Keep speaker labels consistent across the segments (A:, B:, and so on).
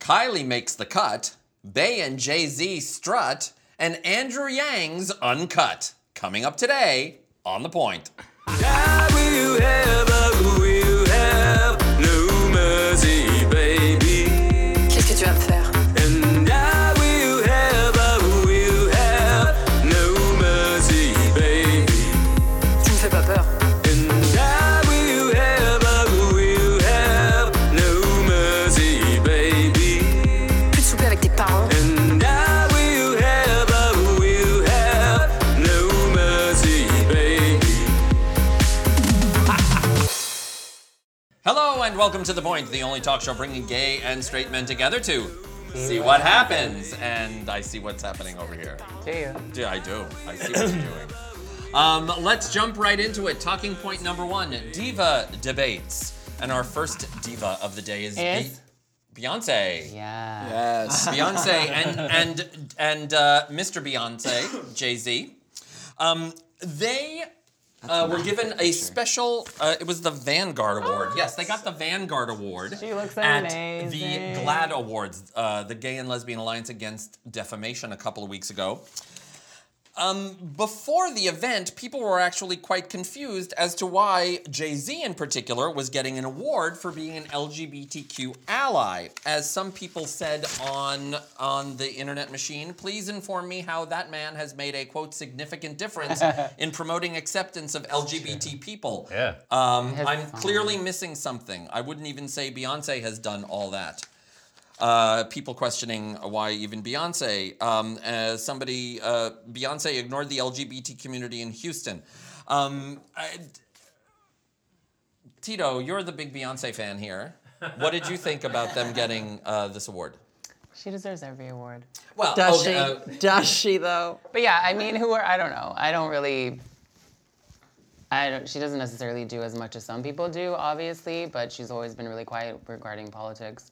A: Kylie makes the cut, Bey and Jay Z strut, and Andrew Yang's uncut. Coming up today on The Point.
B: Qu'est-ce que tu vas me faire Tu me fais pas peur. Plus de souper avec tes parents.
A: Hello and welcome to The Point, the only talk show bringing gay and straight men together to see what happens. And I see what's happening over here.
C: Do you?
A: Yeah, I do. I see what you're doing. Um, let's jump right into it. Talking point number one: diva debates. And our first diva of the day is, Be-
C: Is?
A: Beyonce.
C: Yeah.
A: Yes, Beyonce and and and uh, Mr. Beyonce, Jay Z. Um, they uh, were given a special. Uh, it was the Vanguard Award. Yes, they got the Vanguard Award.
C: She looks
A: at
C: amazing.
A: the GLAAD Awards, uh, the Gay and Lesbian Alliance Against Defamation, a couple of weeks ago. Um, before the event, people were actually quite confused as to why Jay Z, in particular, was getting an award for being an LGBTQ ally. As some people said on on the internet machine, please inform me how that man has made a quote significant difference in promoting acceptance of LGBT people.
D: Yeah.
A: Um,
C: Has
A: I'm
C: fun.
A: clearly missing something. I wouldn't even say Beyonce has done all that. Uh, people questioning why even Beyonce. Um, uh, somebody, uh, Beyonce ignored the LGBT community in Houston. Um, I- Tito, you're the big Beyonce fan here. What did you think about them getting uh, this award?
C: She deserves every award.
A: Well,
E: oh,
F: Does
E: uh,
F: she?
C: uh,
F: Does she though?
C: But yeah, I mean, who are I don't know. I don't really. I don't, she doesn't necessarily do as much as some people do, obviously, but she's always been really quiet regarding politics.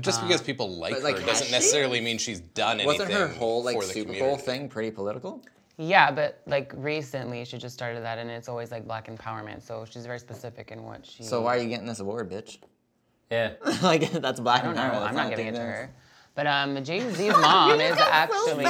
E: Just
A: Uh,
E: because people like,
G: like,
E: her
G: has
E: doesn't
G: she?
E: necessarily mean she's done anything.
G: Wasn't her whole like
E: for the
G: Super Bowl
E: community.
G: thing pretty political?
C: Yeah, but like recently, she just started that, and it's always like black empowerment. So she's very specific in what she.
G: So why are you getting this award, bitch?
D: Yeah.
G: like that's black
C: I
G: and
C: don't know.
G: Arrow, that's
C: I'm not giving it to
G: anything
C: her.
G: else.
C: But um, Jay Z's mom is actually.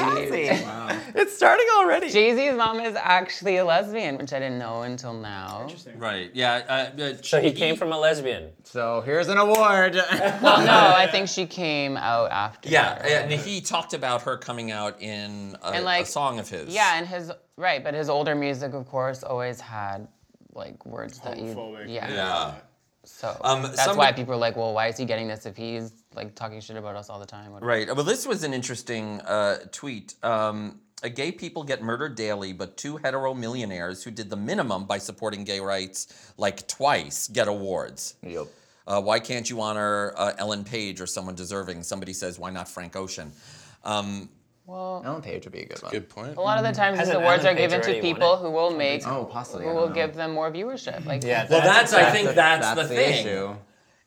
F: It's starting already.
C: Jay Z's mom is actually a lesbian, which I didn't know until now.
A: right? Yeah. Uh, uh,
D: So he came from a lesbian.
G: So here's an award.
C: Well, no, I think she came out after.
A: Yeah,
C: her.
A: and he talked about her coming out in a,
C: And,
A: a
C: like,
A: song of his.
C: Yeah, and his right, but his older music, of course, always had like words that
H: Homophobic.
C: you. Yeah.
A: Yeah.
C: So
A: Um,
C: that's
A: some
C: why
A: would-
C: people are like, well, why is he getting this if he's like talking shit about us all the time? Whatever.
A: Right. Well, this was an interesting uh, tweet. Um, uh, gay people get murdered daily, but two hetero millionaires who did the minimum by supporting gay rights like twice get awards.
G: yep.
A: Uh, why can't you honor uh, Ellen Page or someone deserving? Somebody says, why not Frank Ocean? Um,
C: Well,
G: Ellen Page would be a good one.
E: Good point.
C: a lot of the times these
D: Hasn't
C: awards
D: Ellen
C: are given
D: Page
C: to
D: already won
C: people
D: it?
C: who will make,
G: Oh, possibly.
C: who
G: I
C: will
G: don't
C: give
G: know.
C: them more viewership. Like,
D: Yeah.
A: well, that's, I think
G: the-
A: that's,
G: that's
A: the,
G: the
A: thing.
G: issue.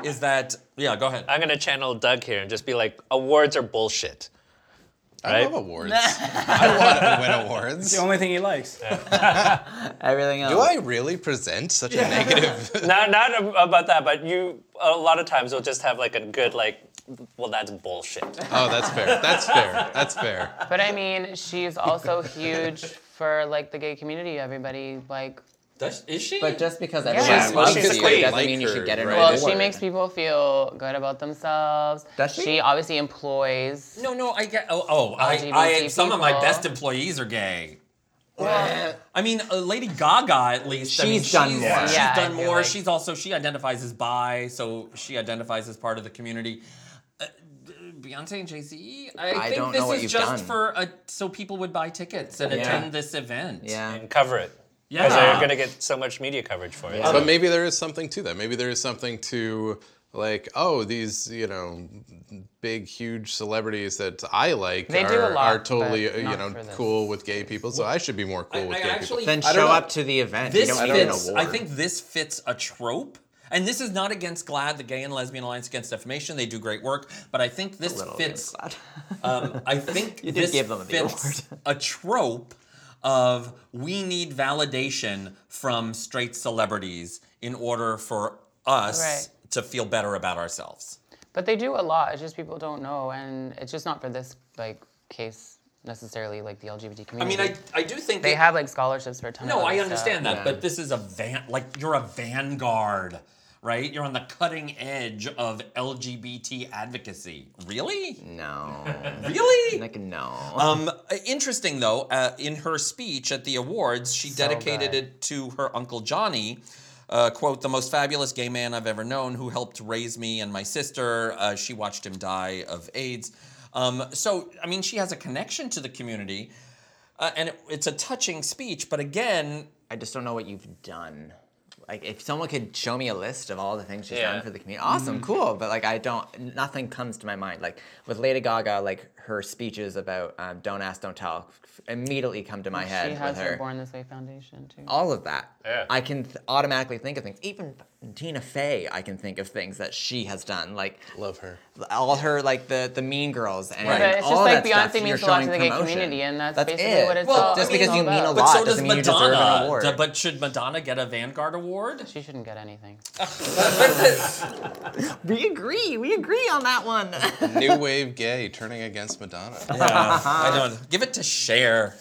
A: Is that, yeah, go ahead.
D: I'm gonna channel Doug here and just be like, awards are bullshit.
E: I love awards. I want to win awards.
I: The only thing he likes.
G: Everything else.
E: Do I really present such a negative?
D: Not not ab- about that, but you a lot of times will just have like a good like, well that's bullshit.
E: oh, that's fair. That's fair. That's fair.
C: but I mean, she's also huge for like the gay community. Everybody like
A: Does, is she?
G: But just because
C: She's-
G: everyone
C: well,
G: loves
C: she's a
G: you
E: queen.
G: doesn't
E: Like
G: mean you
E: her,
G: should get an
E: right?
G: award.
C: Well, she makes people feel good about themselves.
G: Does she?
C: obviously employs.
A: no, no, I get, oh, oh I, I,
C: LGBT
A: some of my
C: people.
A: best employees are gay. I mean, uh, Lady Gaga at least. I mean,
G: She's done more.
A: She's
C: Yeah, I
A: done
C: feel
A: more.
C: like-
A: She's also she identifies as bi, so she identifies as part of the community. Uh, Beyonce and Jay Z. I think
G: don't
A: this
G: know what
A: is
G: you've
A: just
G: done.
A: for a, so people would buy tickets and
G: Yeah.
A: attend this event.
G: Yeah.
D: And cover it.
A: yeah.
D: Because they're gonna get so much media coverage for it.
E: But maybe there is something to that. Maybe there is something to like, oh, these you know, big huge celebrities that I like
C: They
E: are,
C: do a lot,
E: are totally
C: but
E: uh, you
C: not
E: know
C: for this.
E: cool with gay people, so I should be more cool
A: I-
E: with
A: I
E: gay
A: actually-
E: people.
G: Then
A: I
G: show
A: don't-
G: up to the event.
A: This
G: you don't need an
A: fits.
G: award.
A: I think this fits a trope. And this is not against GLAD, the Gay and Lesbian Alliance Against Defamation. They do great work, but I think this
G: Little
A: fits
G: bit glad.
E: Uh,
A: Um, I think
G: did
A: this
G: give them the
A: fits a trope of we need validation from straight celebrities in order for us
C: Right.
A: to feel better about ourselves.
C: But they do a lot. It's just people don't know, and it's just not for this like case necessarily, like the LGBT
A: I mean,
C: community.
A: I, I do think
C: they
A: that-
C: have like scholarships for a ton. of
A: No,
C: other
A: I
C: stuff.
A: understand that, but this is a van like you're a vanguard, right? You're on the cutting edge of LGBT advocacy. Really?
G: Mm. No.
A: Really?
G: like, no.
A: Um, uh, interesting though, uh, in her speech at the awards, she dedicated
C: good.
A: it to her uncle Johnny. Uh, quote, the most fabulous gay man I've ever known who helped raise me and my sister. Uh, she watched him die of AIDS. Um, so, I mean, she has a connection to the community. Uh, and it, it's a touching speech, but again,
G: I just don't know what you've done. Like, if someone could show me a list of all the things she's
D: Yeah.
G: done for the community, awesome,
A: Mm-hmm.
G: cool. But like, I don't. Nothing comes to my mind. Like with Lady Gaga, like her speeches about um, "Don't Ask, Don't Tell" f- immediately come to my head
C: She has
G: with
C: her
G: her. Oh.
C: Born This Way Foundation too.
G: all of that.
D: Yeah.
G: I can th- automatically think of things. Even f- Tina Fey, I can think of things that she has done. Like
E: Love her.
G: all her like the the Mean Girls and
C: But it's
G: all
C: just like
G: that stuff,
C: Beyonce
G: you're
C: means a lot to
G: showing
C: the gay
G: promotion.
C: community, and that's
G: That's
C: basically
G: it.
C: what it's
A: Well,
C: all-
A: just
C: it's
A: because
C: all
G: you mean a
C: about.
G: lot
A: But so does
G: doesn't mean you deserve an
A: Madonna.
G: award.
A: D- But should Madonna get a Vanguard Award?
C: She shouldn't get anything.
G: We agree. We agree on that one.
E: New wave gay turning against Madonna.
A: I don't. Give it to Cher.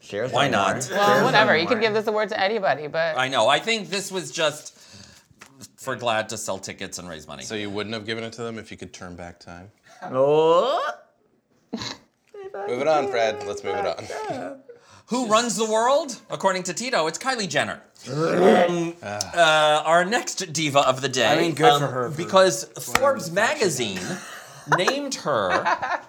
G: Share
A: Why
G: some
A: not?
G: more.
C: Well,
G: Share
C: whatever.
G: some
C: You could
G: more.
C: give this award to anybody, but
A: I know. I think this was just for Glad to sell tickets and raise money.
E: So you wouldn't have given it to them if you could turn back time?
G: Oh.
E: Move it on, Fred. Let's move it on.
A: Who runs the world? According to Tito, it's Kylie Jenner. Um, uh, our next diva of the day. um,
H: I mean, good for her for
A: Because Forbes magazine named her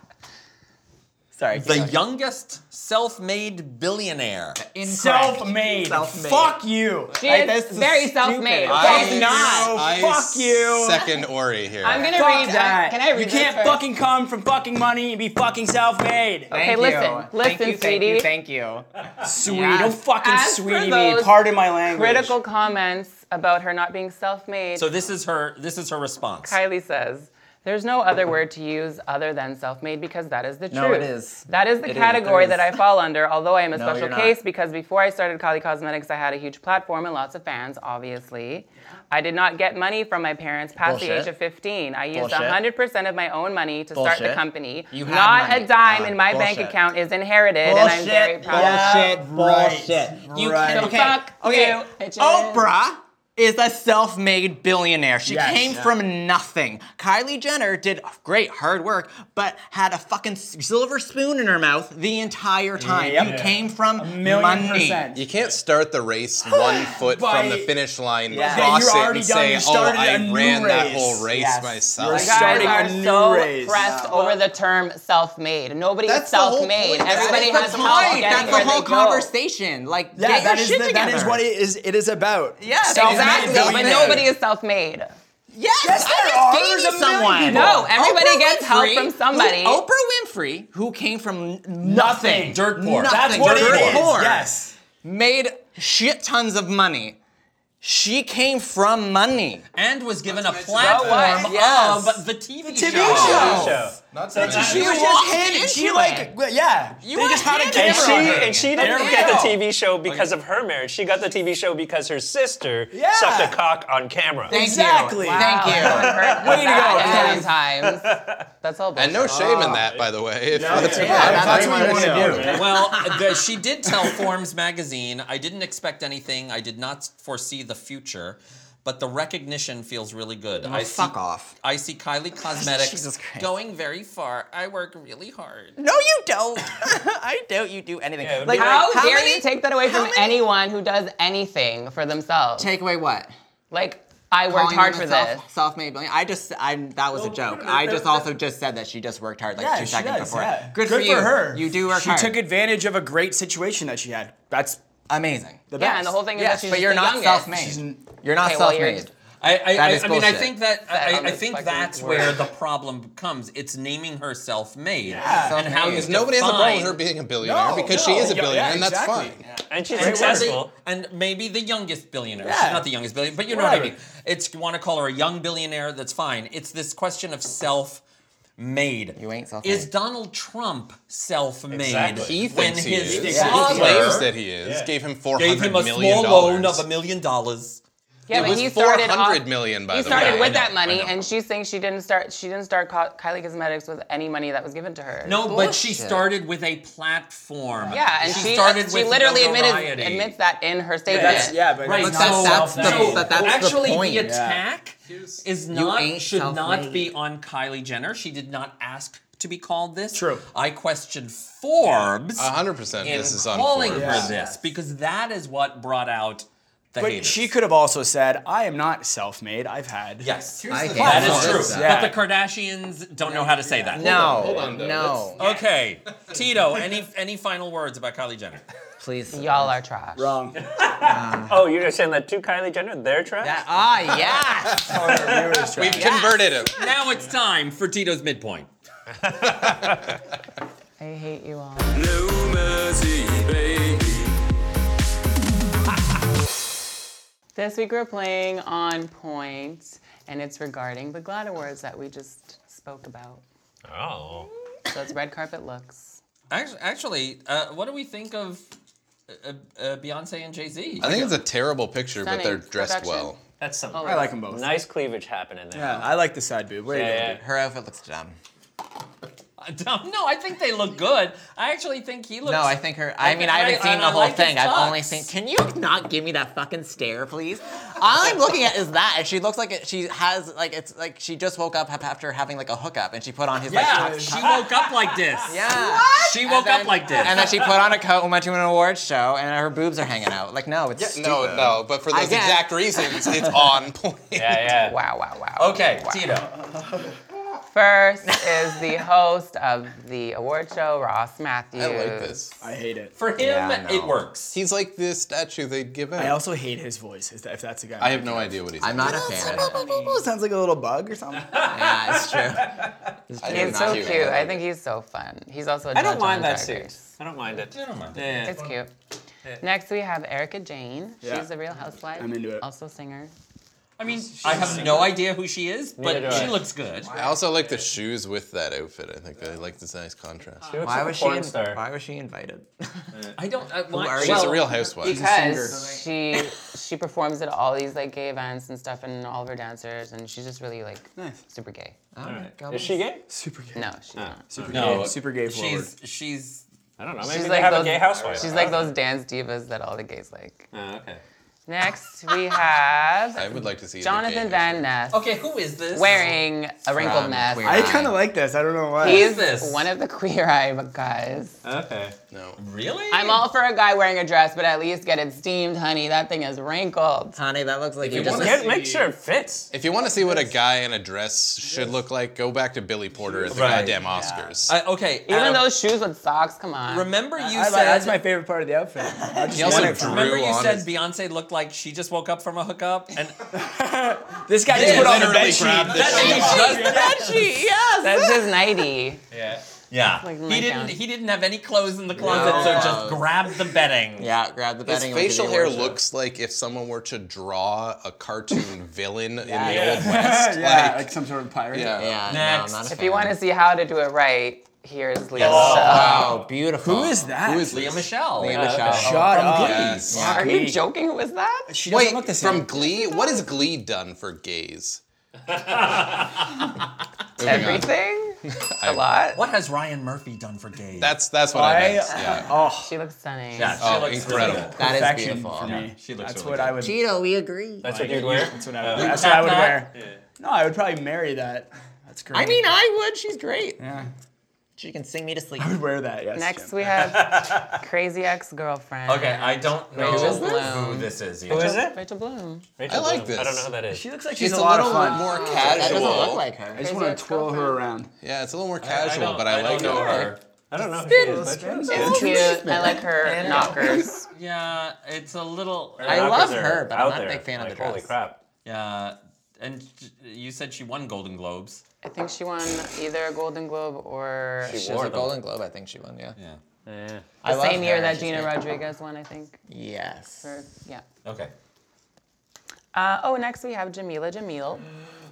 G: Sorry.
A: the youngest self-made billionaire.
H: Self-made.
G: Self-made.
H: Fuck you.
C: she
H: Like,
C: is
H: this is
C: very
H: stupid.
C: self-made.
H: I-
C: okay?
H: I'm not.
E: I
H: Fuck you.
E: Second Ori here.
C: I'm gonna
H: Fuck
C: read
H: that.
C: that. Can I read
H: You
C: this
H: can't
C: first?
H: fucking come from fucking money and be fucking self-made.
C: Okay,
F: Thank
C: listen,
F: you.
C: listen,
F: thank you,
C: sweetie.
F: Thank you, thank
H: Sweetie,
F: Yes.
H: don't fucking
C: As for
H: sweetie me.
C: those
H: Pardon my language.
C: Critical comments about her not being self-made.
A: So this is her. This is her response.
C: Kylie says, there's no other word to use other than self-made because that is the
G: No,
C: truth.
G: it is.
C: That is the
G: It is.
C: category
G: There
C: that I
G: is.
C: fall under, although I am a
G: No,
C: special
G: you're not.
C: case because before I started Kylie Cosmetics, I had a huge platform and lots of fans, obviously. I did not get money from my parents past the
G: Bullshit.
C: age of 15. I used
G: Bullshit.
C: 100% of my own money to start the
G: Bullshit.
C: company.
G: You had
C: not
G: money.
C: a dime
G: Uh,
C: in my bank
G: bullshit.
C: account is inherited, and I'm very proud
G: Bullshit.
H: right,
G: Bullshit. You
H: right.
G: can
C: So
G: okay.
C: fuck
G: okay.
C: you, bitches.
G: Oprah is a self-made billionaire. She
H: Yes.
G: came
H: Yeah.
G: from nothing. Kylie Jenner did great hard work, but had a fucking s- silver spoon in her mouth the entire time.
H: Yep.
G: You came from
H: A million
G: money.
H: percent.
E: You can't start the race one foot
H: By-
E: from the finish line,
G: Yeah. Yeah,
E: cross
H: you're
E: it,
H: already
E: and
H: done.
E: say,
H: You
E: "Oh,
H: started
E: I
H: a new
E: ran that
H: race."
E: whole race
H: Yes.
E: myself."
H: You're
C: guys
H: starting
C: are
H: a new
C: so
H: race.
C: pressed over the term self-made. Nobody
E: That's
C: is
E: the whole
C: self-made.
E: point. That's
C: Everybody
E: the
C: has
E: point.
C: help getting
G: That's the
C: where
G: whole
C: they
G: conversation. Like,
H: Yeah,
G: get
H: that
G: your
H: is,
G: shit
H: the- that
G: together.
H: is what it is. It is about.
G: Yes,
H: Self-made
G: exactly.
C: Go. But
H: billionaire.
C: nobody is self-made.
G: Yes,
H: Yes, there
G: I
H: are.
G: just gave
H: There's
G: you
H: a million
G: someone.
H: people.
C: No, everybody gets help from somebody.
G: Who, Oprah Winfrey, who came from nothing,
A: Dirt poor.
G: Nothing.
H: That's what it
G: dirt
H: is.
G: poor,
H: Yes.
G: made shit tons of money. She came from money.
A: and was given a
C: About
A: platform
C: what?
G: Yes.
A: of the TV,
H: TV
A: show.
H: show.
D: show.
E: Not so
H: She was
G: walked
H: just handed. She
G: into
H: like
G: it.
H: well, yeah.
G: You
H: they
G: were
H: just had a
G: handed
D: And
H: camera
D: she
H: on her.
D: and she didn't
H: There
D: get
H: we
D: the
H: go.
D: TV show because of her marriage. She got the TV show because her sister
H: Yeah.
D: sucked a cock on camera.
G: Thank
H: Exactly.
G: You. Thank you.
C: Way
H: to go, Kelly.
C: Sometimes. That's all bullshit.
E: And no shame in
H: Ah.
E: that, by the way. If that's what-
G: that's
F: what you wanna do.
A: well, the, she did tell Forms magazine, I didn't expect anything. I did not foresee the future, but the recognition feels really good. I
G: fuck
A: see,
G: off.
A: I see Kylie Cosmetics
G: Jesus Christ.
A: going very far. I work really hard.
G: No, you don't. I doubt you do anything.
D: Yeah,
G: like,
C: How,
G: how
C: dare
G: many-
C: you take that away
G: how
C: from
G: many-
C: anyone who does anything for themselves?
G: Take away what?
C: like, I worked
G: Calling
C: hard
G: her
C: for
G: self-
C: this.
G: Self-made billionaire. I just, I that was a joke. I just also just said that she just worked hard like
H: Yeah,
G: two
H: she
G: seconds
H: does,
G: before.
H: yeah.
G: Good, for, you.
H: her.
G: You do work
H: She
G: hard.
H: took advantage of a great situation that she had. That's
G: Amazing.
H: the best.
C: Yeah, and the whole thing is that
G: Yes,
C: she's
G: but
C: just
G: you're
C: the
G: not
C: youngest.
G: self-made. You're not
C: Okay, well, you're-
G: self-made.
A: I, I,
G: That
A: I,
G: is
A: I mean, I
G: bullshit.
A: think that I,
C: on
A: I
C: this
A: think
C: fucking
A: that's
C: word.
A: where the problem comes. It's naming herself made and
G: Self-made.
A: how you
G: Because
E: Nobody has a problem with her
A: define-
E: being a billionaire
H: No,
E: because she
H: no.
E: is a
H: Yeah, yeah,
E: billionaire, and that's
H: exactly.
E: fine.
D: And she's
A: Or the-
D: successful.
A: And maybe the youngest billionaire.
H: Yeah.
A: She's not the youngest billionaire, but you know what I
H: Whatever.
A: mean. It's you want to call her a young billionaire, that's fine. It's this question of self made.
G: You ain't self-made.
A: Is Donald Trump self made?
D: Exactly.
E: He thinks he is.
A: his
E: He
A: father
E: claims that he is.
D: Yeah.
E: Gave him four
A: gave
E: hundred
A: him a
E: million
A: small
E: dollars.
A: loan of a million dollars.
C: Yeah,
E: it
C: but
E: was
C: he
E: four
C: started off-
E: hundred million by
C: he
E: the
C: started
E: way.
C: with
E: I know,
C: that money,
E: I know.
C: and she's saying she didn't start. She didn't start Co- Kylie Cosmetics with any money that was given to her.
A: No, but she
G: Bullshit.
A: started with a platform.
C: Yeah, and she,
A: started
C: she
A: with
C: literally admitted,
A: notoriety.
C: admits that in her statement.
H: That's yeah, but
A: Right,
H: that's
A: so-
H: not
G: that's the-
H: self-made.
G: but that's the
A: actually
G: point.
A: attack is not
G: ain't
A: should not
G: self-made.
A: be on Kylie Jenner. She did not ask to be called this.
H: True.
A: I questioned Forbes
E: A hundred percent.
A: in
E: Uh-huh. This is on
A: calling
E: Forbes.
A: her this because that is what brought out the
H: But
A: haters.
H: she could have also said, "I am not self-made. I've had."
A: yes,
G: I hate
A: that
G: all
A: is
G: this
A: true.
G: stuff.
H: Yeah.
A: But the Kardashians don't know how to say that.
G: No,
E: Hold on, though.
G: no.
A: Okay, Tito. Any any final words about Kylie Jenner?
G: Please.
C: Y'all are trash.
H: Wrong.
D: Oh, you're saying that to Kylie Jenner, they're trash.
G: That- Ah, yes.
E: We've converted him.
A: Now it's time for Tito's midpoint.
C: I hate you all. This week we're playing on point, and it's regarding the GLAAD Awards that we just spoke about.
D: Oh.
C: So it's red carpet looks.
A: Actually, actually uh, what do we think of uh, uh, Beyonce and Jay Z?
E: I think it's a terrible picture, but they're
C: Stunning.
E: dressed
C: Production.
E: well.
D: That's something.
H: I like them both.
D: Nice cleavage happening there.
H: Yeah, I like the side boob. Where you
D: Yeah,
H: going,
D: yeah.
H: dude?
G: Her outfit looks dumb.
A: no, I think they look good. I actually think he looks.
G: No, I think her. I mean, I haven't
A: I-
G: seen the
A: I
G: whole
A: like his
G: thing. I've only
A: socks.
G: seen. Can you not give me that fucking stare, please? All I'm looking at is that, and she looks like it, she has like it's like she just woke up after having like a hookup, and she put on his like.
A: Yeah,
G: top-
A: she woke up like this.
G: Yeah.
A: She woke up like this.
G: And then she put on a coat and went to an awards show, and her boobs are hanging out. Like, no, it's stupid.
E: No, no, but for those
G: Again.
E: exact reasons, it's on point.
D: Yeah, yeah.
C: Wow, wow, wow.
A: okay,
C: wow.
A: Tito.
C: First is the host of the award show, Ross Matthews.
E: I like this.
H: I hate it.
A: For him,
G: Yeah, no.
A: it works.
E: He's like the statue they'd give out.
H: I also hate his voice. Is that, if that's a guy.
E: I have no idea what he's.
G: I'm not a fan. of it.
H: sounds like a little bug or something.
G: Yeah, it's true.
E: I think
C: He's
E: it's
C: so
E: cute.
C: cute. I think he's so fun. He's also a
D: I don't
C: judge
D: mind
C: on
D: that
C: Drag
D: suit.
C: Race.
D: I don't mind it.
A: I don't mind.
D: Yeah.
C: It's cute. Next, we have Erica Jane.
H: Yeah.
C: She's a real housewife.
H: I'm into it.
C: Also singer.
A: I mean, I have no idea who she is,
D: Neither
A: but
D: do
A: she
D: I.
A: looks good.
E: I also like the shoes with that outfit. I think I like this nice contrast.
D: She looks
G: Why
D: like
G: was
D: a
G: she?
D: porn
G: in-
D: star.
G: Why was she invited?
A: I don't. I, well,
G: are you?
E: She's
A: well,
E: a real housewife.
C: Because she she performs at all these like gay events and stuff, and all of her dancers, and she's just really like super gay.
G: All right, go
D: Is she gay?
H: Super gay.
C: No, she's not.
H: Super
A: No,
H: gay. Super gay forward.
A: She's she's.
D: I don't know. Maybe
C: She's
D: they
C: like
D: have
C: those,
D: a gay housewife.
C: She's like those dance divas that all the gays like.
D: Oh, okay.
C: Next, we have
E: I would like to see the
C: Jonathan
E: game.
C: Van Ness
A: Okay, who is this?
C: wearing a wrinkled
G: From
C: mess.
G: Queer
H: I kind of like this. I don't know why.
C: He
A: Who is
C: is
A: this?
C: one of the queer eye guys.
D: Okay.
E: No.
A: Really?
C: I'm all for a guy wearing a dress, but at least get it steamed, honey. That thing is wrinkled.
G: Honey, that looks like you
A: you
G: just.
A: wanna-
D: Get, make sure it fits.
E: If you want to see what a guy in a dress should look like, go back to Billy Porter at the
A: Right.
E: goddamn Oscars.
A: I- okay.
C: Even
A: Adam,
C: those shoes with socks, come on.
A: remember you
H: I like-
A: said
H: that's my favorite part of the outfit. I just
E: He also
H: want it.
E: drew
A: Remember you
E: on
A: said
E: his-
A: Beyonce looked like she just woke up from a hookup, and
H: This guy just
A: Yeah,
H: put on a
E: literally
H: bed
E: grabbed
H: sheet.
E: the sheet.
C: That's his nighty.
A: yeah,
C: Like
A: he
C: nightgown.
A: didn't. He didn't have any clothes in the closet, so just grab the bedding.
G: Yeah, grab the
E: His
G: bedding. and look at the
E: facial hair
G: awards show.
E: looks like if someone were to draw a cartoon villain in the
G: Yeah.
E: Old West.
H: yeah,
E: Like,
H: like some sort of pirate.
E: yeah.
G: Yeah,
A: Next.
G: no, I'm not a
C: If you want to see how to do it right, here's Leo's
G: Wow, Oh, beautiful.
H: Who is that?
E: Who is
A: Leah
E: this?
A: Michelle.
G: Leah
A: Yeah.
G: Michelle.
H: Shut up.
E: Yes.
C: show? Are you
H: Glee.
C: joking? Who was that?
H: She doesn't
E: Wait,
H: look the same.
E: from Glee? What has Glee done for gays?
C: Everything? a lot?
A: What has Ryan Murphy done for gays?
E: That's that's what I,
H: I,
E: meant. Yeah.
H: oh,
C: She looks stunning.
A: yeah, she
E: Oh,
A: looks
E: incredible.
A: Really good.
G: That is
H: perfection
G: beautiful.
H: for me.
A: she looks
H: That's
A: really
H: what I would.
G: Cheeto, we agree.
D: That's what you'd wear.
H: That's what I would. That's what I would wear. No, I would probably marry that. That's great.
G: I mean, I would. She's great.
H: yeah.
G: She can sing me to sleep.
H: I would wear that. Yes.
C: Next,
H: Jim.
C: we have Crazy Ex Girlfriend.
A: Okay, I don't know
C: Rachel
A: who
C: Bloom.
A: this is.
D: Who
A: Yet.
D: is it?
C: Rachel Bloom.
D: Rachel
E: I like
D: Bloom. I don't know
E: this.
D: who that is.
H: She looks like she's
E: It's a,
H: a, lot
E: little
H: of fun.
E: more
G: That
E: casual.
G: doesn't look like her.
H: I just
C: Crazy
H: want to twirl her around.
E: yeah, it's a little more
A: I
E: casual,
A: don't-
E: but I, like
A: don't know
E: it.
A: her.
D: I don't know who she is. but-
C: It's cute. I like her knockers.
A: Yeah, it's a little.
G: I
D: Knockers
G: love
D: are
G: her, but I'm
D: out
G: not a
D: there.
G: big fan of
D: Like,
G: the
D: Holy
G: dress.
D: crap.
A: Yeah, and sh- you said she won Golden Globes.
C: I think she won either a Golden Globe or
G: She was a Golden Globe, I think she won. Yeah.
A: Yeah.
G: I
C: the
G: love
C: same year
G: her,
C: that
G: she's
C: Gina
G: great.
C: Rodriguez won, I think.
G: Yes.
C: Or, yeah.
A: Okay.
C: Uh, oh, next we have Jamila Jamil.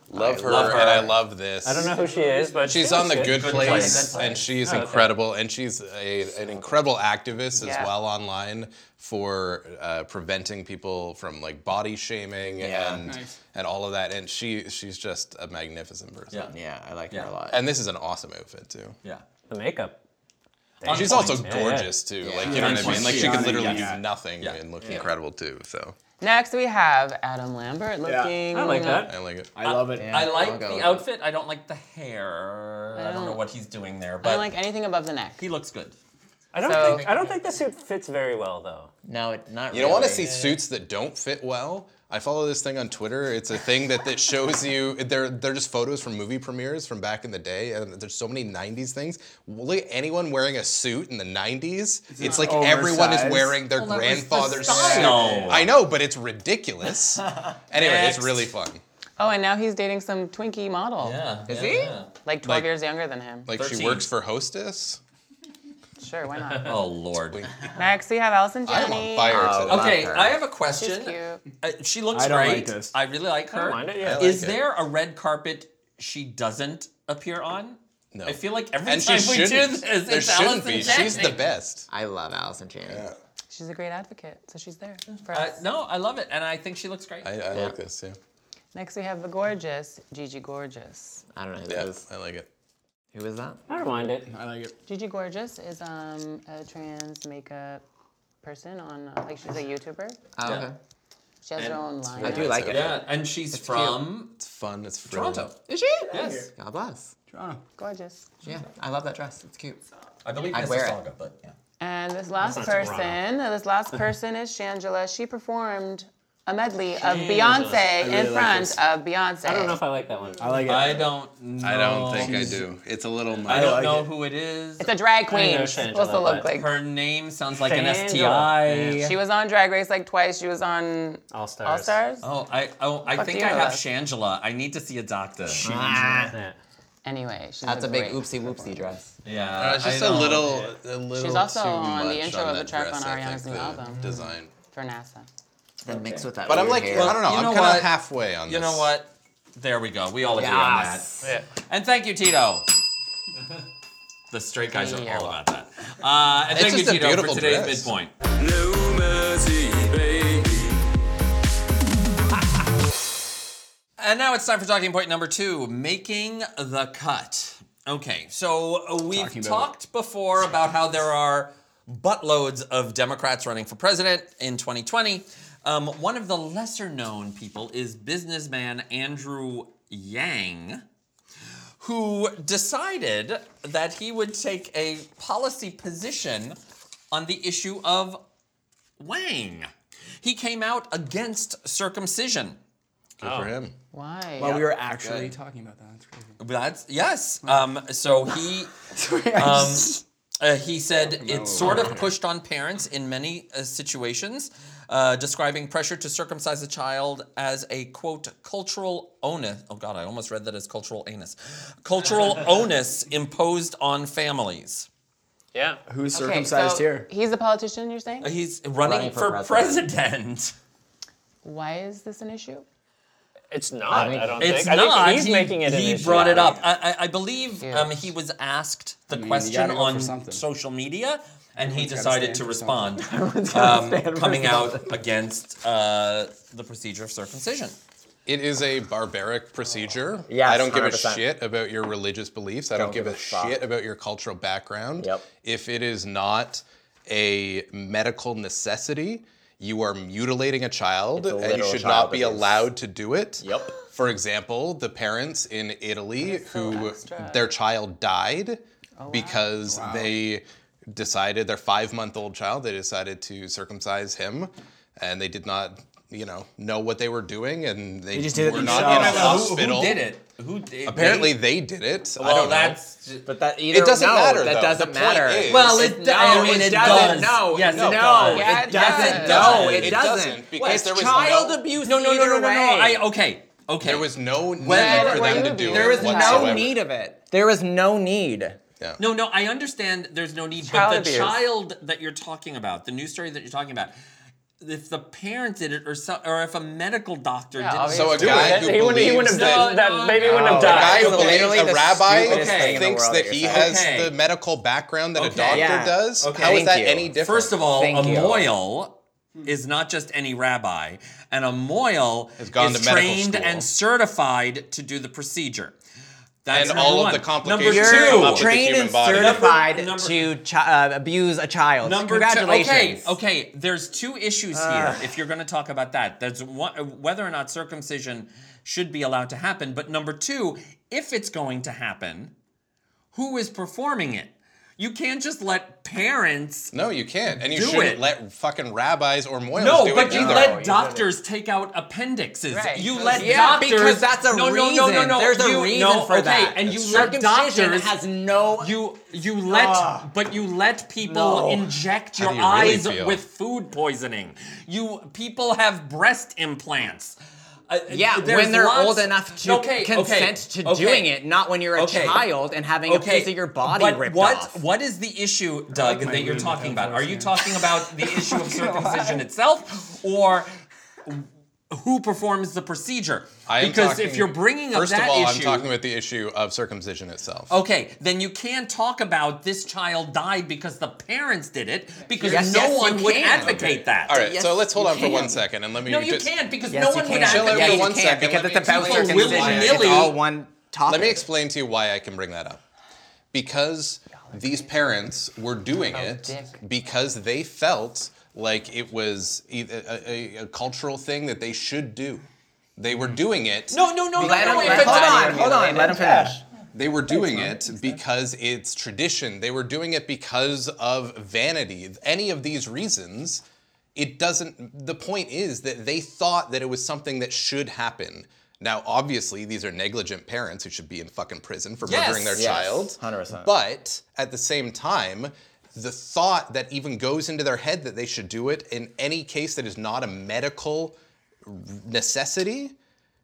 E: Love her,
A: love
E: and I
A: her.
E: love this.
D: I don't know who she is, but
E: She's
D: she
E: on the
D: looks
E: Good, place,
A: Place.
E: and she's
D: Oh, okay.
E: incredible, and she's a, an incredible activist as
C: Yeah.
E: well online for uh, preventing people from like body shaming
G: Yeah.
E: and and all of that. And she she's just a magnificent person.
G: Yeah, I like
I: Yeah.
G: her a lot.
E: And this is an awesome outfit too.
I: Yeah.
D: The makeup.
I: On
E: She's
I: point.
E: also
D: yeah.
E: gorgeous too. Like you
I: Yeah.
E: know what I mean? Like she could
H: Yeah.
E: literally
H: Yeah.
E: do nothing
I: Yeah.
E: and look incredible too. So
C: Next, we have Adam Lambert looking.
D: I like that.
E: I like it.
H: I love it.
A: I like
G: I'll go
A: the
G: with
A: outfit. I don't like the hair. I don't know
C: don't-
A: what he's doing there,
C: I
A: but
C: don't like anything above the neck.
A: he looks good.
D: I don't
C: So-
D: think I don't think the suit fits very well though.
G: No, it, not really.
E: You don't want to see suits that don't fit well. I follow this thing on Twitter. It's a thing that, that shows you they're they're just photos from movie premieres from back in the day, and there's so many '90s things. Look at anyone wearing a suit in the '90s. It's like everyone is
H: oversized.
E: wearing their
A: that was the
E: grandfather's suit.
A: style.
E: I know, but it's ridiculous. anyway, it's really fun.
C: Oh, and now he's dating some Twinkie model,
A: Yeah.
G: Is
A: yeah,
G: he?
A: yeah.
C: like 12
E: Like-
C: years younger than him.
E: Like she
A: 13.
E: works for Hostess.
C: sure, why not?
A: Oh lord.
C: Next, we have Allison
E: I'm
C: Janney.
E: on fire today.
A: Oh, Okay,
G: her.
A: I have a question.
C: She's cute.
A: Uh, she looks
H: I don't
A: great.
H: like this.
A: I really like her.
D: don't mind it, yeah. I
A: Is
E: like it.
A: there a red carpet she doesn't appear on?
E: No.
A: I feel like every
E: and she
A: time we do
E: shouldn't.
A: this,
E: There
A: it's
E: shouldn't
A: Allison
E: be.
A: Janney.
E: She's the best.
G: I love Allison Janney.
C: She's a great advocate, so she's there for
A: Uh,
C: us.
A: no, I love it, and I think she looks great.
E: I, I like this too.
C: Next, we have the gorgeous Gigi Gorgeous.
G: I don't know who that
E: Yeah,
G: is.
E: I like it.
G: Who is that?
D: I don't mind it.
H: I like it.
C: Gigi Gorgeous is um, a trans makeup person on, uh, like, she's a YouTuber.
G: Oh, okay.
C: She has her own line.
G: I do like it.
A: yeah, and she's from
E: It's fun. It's fun.
A: Toronto.
G: Is she?
A: Yes,
G: God bless.
H: Toronto.
C: Gorgeous.
G: Yeah, I love that dress. It's cute.
A: I believe
G: I'd
A: it's
G: wear it.
A: Mississauga, but yeah.
C: And this last person, uh, this last person is Shangela. She performed a medley of Beyonce in front of Beyonce.
D: I don't know if I like that one.
H: I like it.
A: I don't. Know.
E: I don't think I do. It's a little much.
A: Oh, I don't
H: like
A: know
H: it.
A: who it is.
C: It's a drag queen.
D: know
C: What's the
D: Shangela,
C: look
D: but
C: like?
A: Her name sounds like an
D: Shangela.
A: STI.
C: She was on Drag Race like twice. She was on
D: All stars.
C: All Stars.
A: Oh, I oh, I
C: Fuck
A: think
C: you,
A: I have
C: Alice.
A: Shangela. I need to see a doctor.
D: Yeah.
C: Anyway, she's
G: That's a big
C: great-
G: oopsie whoopsie dress.
A: yeah,
E: Uh, it's
A: I
E: just a
A: know.
E: little, a little.
C: She's also
E: too
C: on the
E: much
C: intro of
E: that
C: a track
E: dress,
C: on
E: I
C: Ariana's
E: think,
C: new
E: the
C: album.
E: Design,
C: for NASA.
G: Then mixed with that.
E: but I'm
G: weird
E: like,
G: hair.
E: I don't know.
A: You know
E: I'm kind
A: what?
E: of halfway on
A: You
E: this.
A: know what? There we go. We all agree
G: Yes.
A: on that. And thank you, Tito. the straight guys are all about that. Uh, and
E: It's
A: thank you,
E: just a
A: Tito, for
E: beautiful
A: today's
E: dress.
A: midpoint. And now it's time for talking point number two making the cut. Okay, so uh, we've
H: Talking about
A: talked before about how there are buttloads of Democrats running for president in 2020. Um, one of the lesser known people is businessman Andrew Yang, who decided that he would take a policy position on the issue of Wang. He came out against circumcision.
E: Good for him.
C: Why?
H: Well, we were actually talking about that. That's crazy.
A: That's yes. Um, so he um, uh, he said it's sort of pushed on parents in many uh, situations, uh, describing pressure to circumcise a child as a quote cultural onus. Oh God, I almost read that as cultural anus. Cultural onus imposed on families.
D: yeah.
H: Who's
C: Okay,
H: circumcised
C: so
H: here?
C: He's a politician, you're saying?
A: He's running,
G: Running
A: for,
G: for
A: president.
G: president.
C: Why is this an issue?
D: It's not.
G: think-
D: I don't
A: It's
D: think. I think
A: not.
D: he's
A: he,
D: making it. an
A: He
D: issue.
A: brought it up. I, I, I believe
C: Yeah.
A: um, he was asked the
H: mean, you
A: question
H: gotta go for
A: on
H: something.
A: social media, and he
H: gotta
A: decided
H: stand
A: to
H: for
A: respond, um, coming out against uh, the procedure of circumcision.
E: It is a barbaric procedure.
G: Yes,
E: I don't give a
G: 100%.
E: shit about your religious beliefs. I don't, give, a,
G: fuck.
E: shit about your cultural background.
G: Yep.
E: If it is not a medical necessity, you are mutilating a child
G: It's a
E: and you
G: literal
E: should
G: child
E: not be
G: abuse.
E: allowed to do it.
G: Yep.
E: For example, the parents in Italy
C: so
E: who
C: extra.
E: their child died because they decided their 5-month-old child they decided to circumcise him and they did not you know know what they were doing and they,
H: They just did it
E: were not
H: themselves.
E: in a
H: Who- who
E: hospital.
A: Who did it? Who did?
E: Apparently they did it. I
A: well,
E: don't know.
A: that's ju-
G: But that either
E: it doesn't
G: no,
E: matter.
G: That
E: though.
G: doesn't
E: The point
G: matter.
E: is-
A: well, it,
G: no,
A: I mean,
G: it
A: it, does.
G: doesn't. No,
A: yes,
G: no,
A: it does.
C: Yeah, it doesn't.
G: No, it
E: It
G: doesn't.
E: doesn't, because
G: it's
E: there was
G: child
E: no-
G: abuse.
A: No, no, no, no,
G: either
A: no, no.
G: way.
A: I okay, okay.
E: there was no need
A: Whether-
E: for
C: whether
E: them to
C: you do
E: do it.
C: it
G: There was no
E: whatsoever.
G: need of it. There was no need.
E: Yeah.
A: No, no, I understand there's no need,
G: Child
A: but the
G: abuse.
A: child that you're talking about, the news story that you're talking about, if the parents did it or so, or if a medical doctor
C: Yeah,
A: did it.
C: obviously.
E: So a guy who
D: He wouldn't, he wouldn't
E: believes
D: have
E: that
D: done
A: that-
D: that. Baby wouldn't
A: Oh,
D: have
A: the
E: a guy
D: died.
E: who
F: That is
E: believes
F: literally
E: a
F: the
E: rabbi
F: stupidest
A: Okay. thing in
F: the
E: thinks
F: world
E: that
F: that
E: he
F: you're
A: saying.
E: has
A: Okay.
E: the medical background that a
A: Okay.
E: doctor
F: Yeah.
E: does.
A: Okay.
E: How is that
F: Thank you.
E: any different?
A: First of all,
F: Thank
A: a
F: you.
A: moil is not just any rabbi. An amoil
E: Has gone
A: is
E: to medical
A: trained
E: school.
A: and certified to do the procedure. That's
E: And
A: number
E: all of
A: one.
E: the
A: Number
E: complications
A: two,
E: that come
F: You're
E: up with the
F: trained
E: human
F: and
E: body.
F: certified
A: Number-
F: to chi- uh, abuse a child.
A: Number
F: Congratulations.
A: Two, okay, okay. There's two issues here. If you're going to talk about that, there's one, whether or not circumcision should be allowed to happen. But number two, if it's going to happen, who is performing it? You can't just let parents.
E: No, you can't. And you
A: Do
E: shouldn't
A: it.
E: let fucking rabbis or moils
A: No,
E: do
A: but
E: it
A: you
E: either.
A: let doctors take out appendixes.
C: Right.
A: You let
F: Yeah,
A: doctors.
F: because that's a
A: no, No, no, no,
F: reason.
A: no.
F: There's a
A: you,
F: reason
A: no,
F: for
A: okay,
F: that.
A: And you let
F: Circumcision
A: doctors
F: has no.
A: You you let
F: Ah.
A: but you let people
F: No.
A: inject your
E: do you really
A: eyes
E: feel?
A: with food poisoning. You people have breast implants. Uh,
F: Yeah,
A: there's
F: when they're
A: lots-
F: old enough to
A: Okay, okay,
F: consent to
A: okay.
F: doing it, not when you're a
A: Okay.
F: child and having a piece of your body
A: but
F: ripped
A: what,
F: off.
A: What is the issue, Doug,
H: my
A: that you're
H: weird
A: talking about? Are you
H: metaphors
A: talking about the issue of circumcision itself or who performs the procedure?
E: I am
A: because if
E: talking-
A: you're bringing up
E: First
A: that
E: of all,
A: issue, Oh,
E: I'm talking about the issue of circumcision itself.
A: Okay, then you can talk about this child died because the parents did it because
F: Yes,
A: no
F: yes, you
A: one would
F: can.
A: advocate that.
E: All right,
F: Yes,
E: so let's hold
F: you
E: on for one
F: can.
E: second and let me
A: No, you
E: just
A: can't because
F: Yes,
A: no
F: you
A: one
F: can.
A: would
E: Chill
A: advocate
E: everyone
F: yeah, you
A: it.
E: one
F: can't
E: second,
F: because it's
E: let me
F: about
E: explain.
F: circumcision. It's
A: Willy-nilly.
F: all one topic.
E: Let me explain to you why I can bring that up. Because these parents were doing
F: Oh,
E: it
C: dick.
E: because they felt like it was e- a, a- a cultural thing that they should do. They were doing it.
A: No, no, no, no,
F: Let
A: no.
F: him- let
A: if it's-
F: him- Hold on, hold on. Let him finish.
E: They were doing it because it's tradition. They were doing it because of vanity. Any of these reasons, it doesn't. The point is that they thought that it was something that should happen. Now, obviously, these are negligent parents who should be in fucking prison for
A: Yes.
E: murdering their
A: Yes.
E: child.
F: 100%.
E: But at the same time, the thought that even goes into their head that they should do it in any case that is not a medical necessity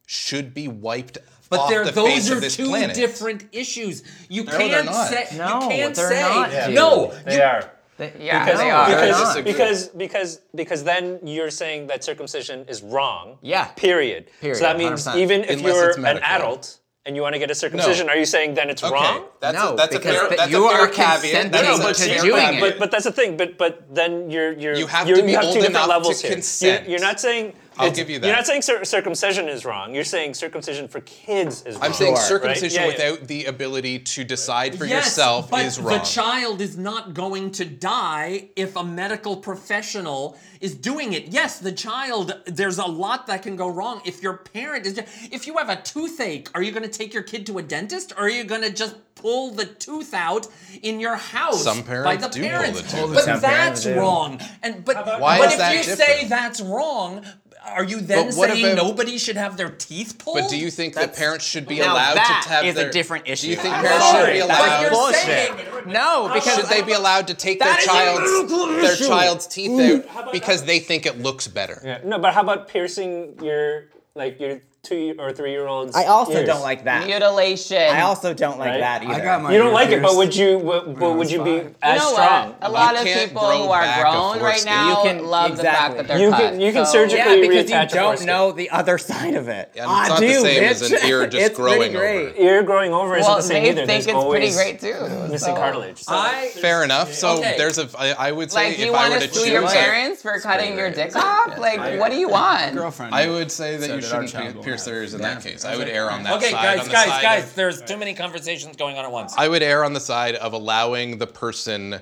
E: should be wiped
A: But
E: off
A: there,
E: the face
A: those
E: of
A: are
E: this
A: two
E: planet.
A: different issues. You
E: they're
A: can't
E: not.
A: say.
F: No,
A: you can't
F: they're
A: say.
F: not, Yeah. dude.
A: No,
D: They are.
C: Yeah,
D: Because,
C: they are.
F: they're
D: because,
F: not.
D: because because because then you're saying that circumcision is wrong.
F: Yeah.
D: Period.
F: Period,
D: So that means
F: 100%.
D: even if
E: Unless
D: you're
E: it's
D: an
E: medical.
D: adult and you want to get a circumcision, are you saying then it's wrong?
E: That's
F: No,
E: a, that's a
F: because
E: fair,
F: that
E: that's
F: you
E: a fair
F: are
E: caveat.
F: consenting
E: That is a
F: to
E: fair
F: doing
E: caveat.
F: it.
D: But but that's the thing. But but then you're you're
E: You have
D: you're,
E: to be
D: you have
E: old
D: two
E: enough
D: different
E: to
D: levels here.
E: consent.
D: You're, you're not saying
E: I'll
D: it's-
E: give you
D: You're
E: that.
D: not saying cir- circumcision is wrong. You're saying circumcision for kids is wrong.
E: I'm saying
D: right?
E: circumcision
D: Yeah, yeah.
E: without the ability to decide for
A: yes,
E: yourself
A: but
E: is wrong.
A: the child is not going to die if a medical professional is doing it. Yes, the child. There's a lot that can go wrong if your parent is. If you have a toothache, are you going to take your kid to a dentist, or are you going to just pull the tooth out in your house?
E: Some
A: by
E: parents
A: the
E: do pull the
A: parents,
E: tooth out.
A: but
H: Some
A: that's
H: parents do.
A: wrong. And but
E: Why
A: but
E: is
A: if
E: that
A: you say
E: different?
A: that's wrong, are you then
E: But what
A: saying
E: about-
A: nobody should have their teeth pulled?
E: but do you think that parents should be
F: Now
E: allowed
F: that
E: to have
F: is a
E: their-
F: different
E: Do
F: issue.
E: you think
F: I'm
E: parents should
A: sorry,
E: be
A: but
E: allowed?
A: you're
F: Bullshit.
A: saying-
F: No, because
E: should they be allowed to take their
F: That is a
E: child's
F: medical
E: their
F: issue. Mm.
E: child's teeth out because they think it looks better?
D: Yeah. No, but how about piercing your like your two or three year olds?
I: I also don't like that.
C: Mutilation.
I: I also don't like
D: Right?
I: that either.
H: I got my
D: You don't like it, but
H: ears.
D: would you? But, but would you be
H: five.
C: you
D: as
C: know
D: strong?
C: what? A lot of
E: can't
C: people
E: grow
C: who are
E: back a
C: grown right
E: foreskin.
C: now
I: You can-
C: love the fact
I: exactly.
C: that they're
D: You
C: cut.
D: can- you can
C: so,
D: surgically-
I: yeah, because
D: reattach
I: you
D: a
I: don't
D: foreskin.
I: know the other side of it.
E: Yeah,
I: I
E: it's not
F: Ah,
I: do,
E: the same
I: bitch.
E: as an ear just
I: it's
E: growing
I: pretty great.
E: over.
D: Ear growing over isn't
C: Well,
D: the same
C: they
D: either.
C: think it's
D: There's
C: pretty
D: always
C: great too.
D: Missing
C: so-
D: cartilage. So.
G: Uh,
A: I
E: Fair enough. So
A: Okay.
E: there's a. I, I would say
C: Like
E: if
C: you
E: I
C: want
E: were
C: to
E: to
C: sue
E: choose,
C: your
E: a-
C: parents for cutting your dick off? Like, what do you want?
H: girlfriend.
E: I would say that
H: So
E: you
H: did our
E: shouldn't
H: child
E: pi-
H: go
E: pierce
H: on.
E: their ears in that case. I would err on that
A: Okay,
E: side.
A: guys,
E: on the
A: guys,
E: side
A: guys.
E: of-
A: there's too many conversations going on at once.
E: I would err on the side of allowing the person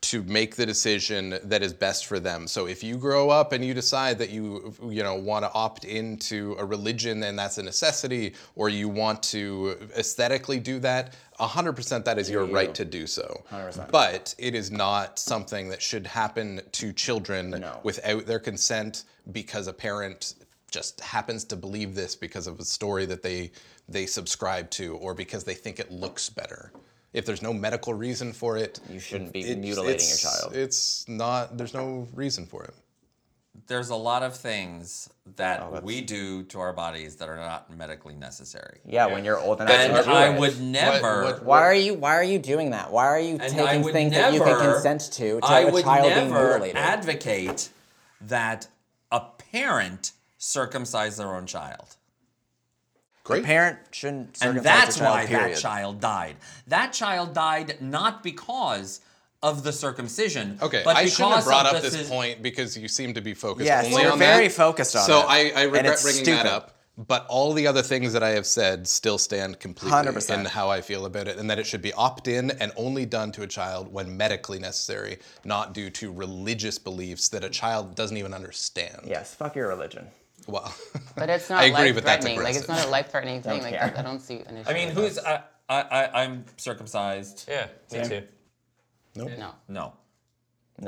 E: to make the decision that is best for them. So if you grow up and you decide that you you know want to opt into a religion and that's a necessity or you want to aesthetically do that, 100% that is your right to do so. But it is not something that should happen to children without their consent because a parent just happens to believe this because of a story that they they subscribe to or because they think it looks better. If there's no medical reason for it,
G: You shouldn't be
E: it's-
G: mutilating your
E: it's-
G: child.
E: It's not. There's no reason for it.
A: There's a lot of things that
E: Oh,
A: we do to our bodies that are not medically necessary.
G: yeah, when you're old enough
A: And
G: to do
A: I
G: it.
A: would never.
E: what-
I: Why are you Why are you doing that? Why are you
A: and I
I: taking
A: would
I: things
A: never,
I: that you can consent to to
A: I
I: a
A: would
I: child being
A: never
I: mutilated?
A: advocate that parent circumcise their own child.
E: Great.
I: Parent shouldn't.
A: And
I: circumcise
A: that's
I: their child,
A: why
I: period.
A: that child died. That child died not because of the circumcision.
E: Okay,
A: but
E: I
A: because
E: shouldn't have brought
A: of
E: up
A: the
E: this
A: ci-
E: point because you seem to be focused
I: Yes,
E: only
I: we're
E: on
I: very
E: that.
I: focused on
E: so
I: it,
E: I, I
I: and
E: regret
I: it's
E: bringing that
I: stupid.
E: up. But all the other things that I have said still stand completely
I: 100%.
E: in how I feel about it, and that it should be opt-in and only done to a child when medically necessary, not due to religious beliefs that a child doesn't even understand.
I: Yes, fuck your religion.
E: Well,
C: But it's not
E: I agree,
C: life
E: but that's
C: threatening. Like it's not a
E: aggressive.
C: life threatening thing. Like
I: care.
C: that, I don't see an issue.
A: I mean,
C: with
A: who's I, I, I I'm circumcised.
D: Yeah, me too.
C: that. no?
A: No,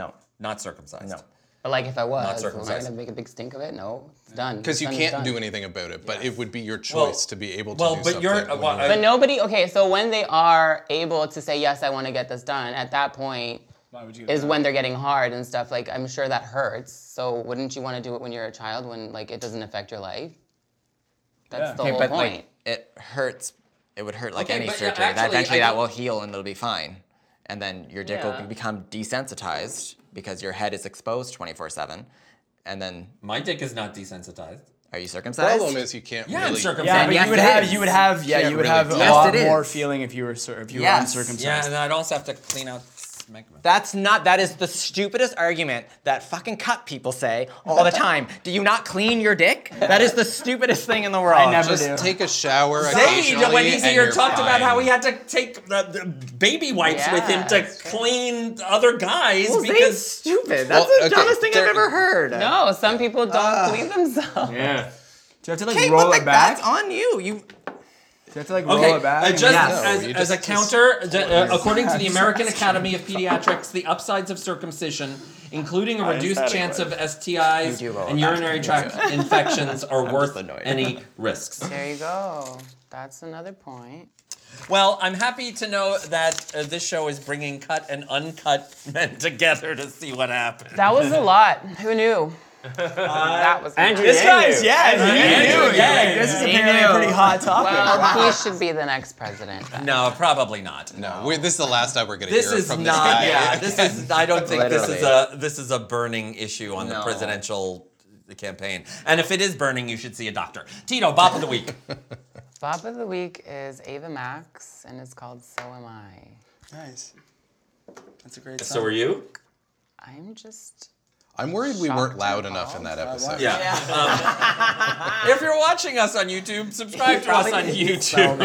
I: No.
A: not circumcised.
I: No.
C: But like if I was, am I
A: circumcised.
C: gonna make a big stink of it? No, it's done.
E: because you
C: It's done, it's
E: can't
C: done.
E: do anything about it, but it would be your choice
A: Well-
E: to be able to
A: well,
E: do
A: but
E: something.
A: you're-
E: when
A: well,
E: you're
A: I-
C: But nobody. Okay, so when they are able to say yes, I want to get this done. At that point, is when they're getting hard and stuff. Like I'm sure that hurts. So wouldn't you want to do it when you're a child when like it doesn't affect your life? That's the
H: Okay,
C: whole
H: but,
C: point.
G: Like, it hurts. It would hurt like
A: Okay,
G: any
A: but, uh,
G: surgery.
A: actually,
G: that eventually
A: I
G: that
A: don't-
G: will heal and it'll be fine. And then your dick
C: Yeah.
G: will become desensitized because your head is exposed 24/7. And then
A: My dick is not desensitized.
G: are you
E: The
G: circumcised?
E: problem is you can't
A: Yeah, I'm
E: really.
A: circumcised.
H: Yeah, but
G: yes,
H: you would
G: it
H: have,
G: is.
H: you would have, yeah,
E: Can't
H: you would
E: really
H: have
E: do
H: a
G: that.
H: lot
G: Yes, it
H: more
G: is.
H: feeling if you were cir- if you
G: Yes.
H: were uncircumcised.
A: Yeah, and I'd also have to clean out. smegma.
I: That's not. That is the stupidest argument that fucking cut people say all the time. Do you not clean your dick? That is the stupidest thing in the world.
H: I never do.
E: Just take a shower.
A: Zayd, when
E: occasionally
A: he's
E: and
A: here,
E: you're
A: talked about how
E: fine.
A: he had to take the, the baby wipes
C: Yeah,
A: with him to
C: that's true.
A: clean other guys
I: Well, Zane's
A: because
I: stupid. That's
E: Well,
I: the
E: okay,
I: dumbest thing
E: there-
I: I've ever heard.
C: no, some people don't believe themselves.
H: Yeah. Do you have to like
I: Hey,
H: roll
I: what
H: it
I: the-
H: back?
I: That's on you. You.
H: Do you have to like
A: Okay,
H: roll it back?
A: uh,
H: I
A: just
H: mean,
E: No,
A: as,
E: you
A: as
E: just-
A: a counter, the- uh, according to the American Academy of Pediatrics, the upsides of circumcision, including a reduced
D: that
A: chance
D: it
A: of STIs
I: You do roll
A: and
I: it back.
A: urinary tract infections, are worth
I: annoyed.
A: any risks.
C: There you go. That's another point.
A: Well, I'm happy to know that uh, this show is bringing cut and uncut men together to see what happens.
C: That was a lot. Who knew? that was.
D: Andrew,
H: This
D: yeah,
H: guy's
D: you.
H: yeah, he knew.
A: Andrew,
H: He's
A: yeah,
H: like, This is apparently a pretty hot topic.
C: Well, he should be the next president. then.
A: No, probably not.
E: No, we this is the last time we're gonna
A: This
E: hear
A: is
E: from
A: not.
E: this guy.
A: Yeah, this is. I don't think this is
G: Literally.
A: a this is a burning issue on the
G: No.
A: presidential campaign. And if it is burning, you should see a doctor. Tito, bop of the week.
C: Bob of the week is Ava Max, and it's called So Am I.
H: Nice. That's a great.
A: so
H: song.
A: are you?
C: I'm just.
E: I'm worried we weren't loud enough in that episode.
A: Yeah. Um, if you're watching us on YouTube, subscribe to us on YouTube.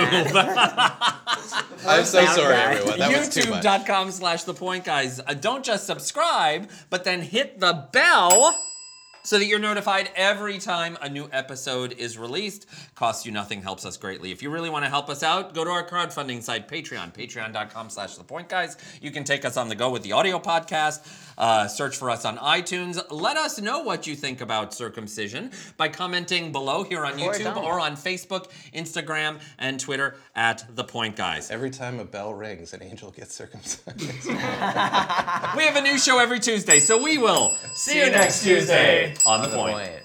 E: I'm so sorry,
I: bad.
E: everyone. That was too much.
A: YouTube.com slash the point guys. Uh, don't just subscribe, but then hit the bell so that you're notified every time a new episode is released. Costs you nothing, helps us greatly. If you really want to help us out, go to our crowdfunding site, Patreon, patreon.com slash the point guys. You can take us on the go with the audio podcast. Uh, search for us on iTunes. Let us know what you think about circumcision by commenting below here on YouTube
C: don't.
A: or on Facebook, Instagram, and Twitter at The Point Guys.
E: Every time a bell rings, an angel gets circumcised.
A: We have a new show every Tuesday, so we will see you next Tuesday on the point.
G: Point.